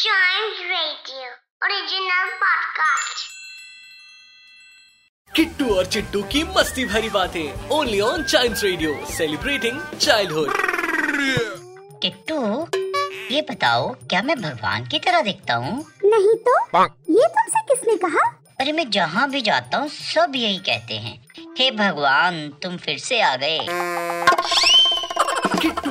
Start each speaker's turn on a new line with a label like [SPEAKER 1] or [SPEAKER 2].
[SPEAKER 1] Giant Radio, original podcast.
[SPEAKER 2] Kittu और चिट्टू की मस्ती भरी बातें only on child radio celebrating childhood
[SPEAKER 3] Kittu ये बताओ क्या मैं भगवान की तरह दिखता हूँ
[SPEAKER 4] नहीं तो ये तुमसे किसने कहा
[SPEAKER 3] अरे मैं जहाँ भी जाता हूँ सब यही कहते हैं हे भगवान तुम फिर से आ गए
[SPEAKER 2] किट्टू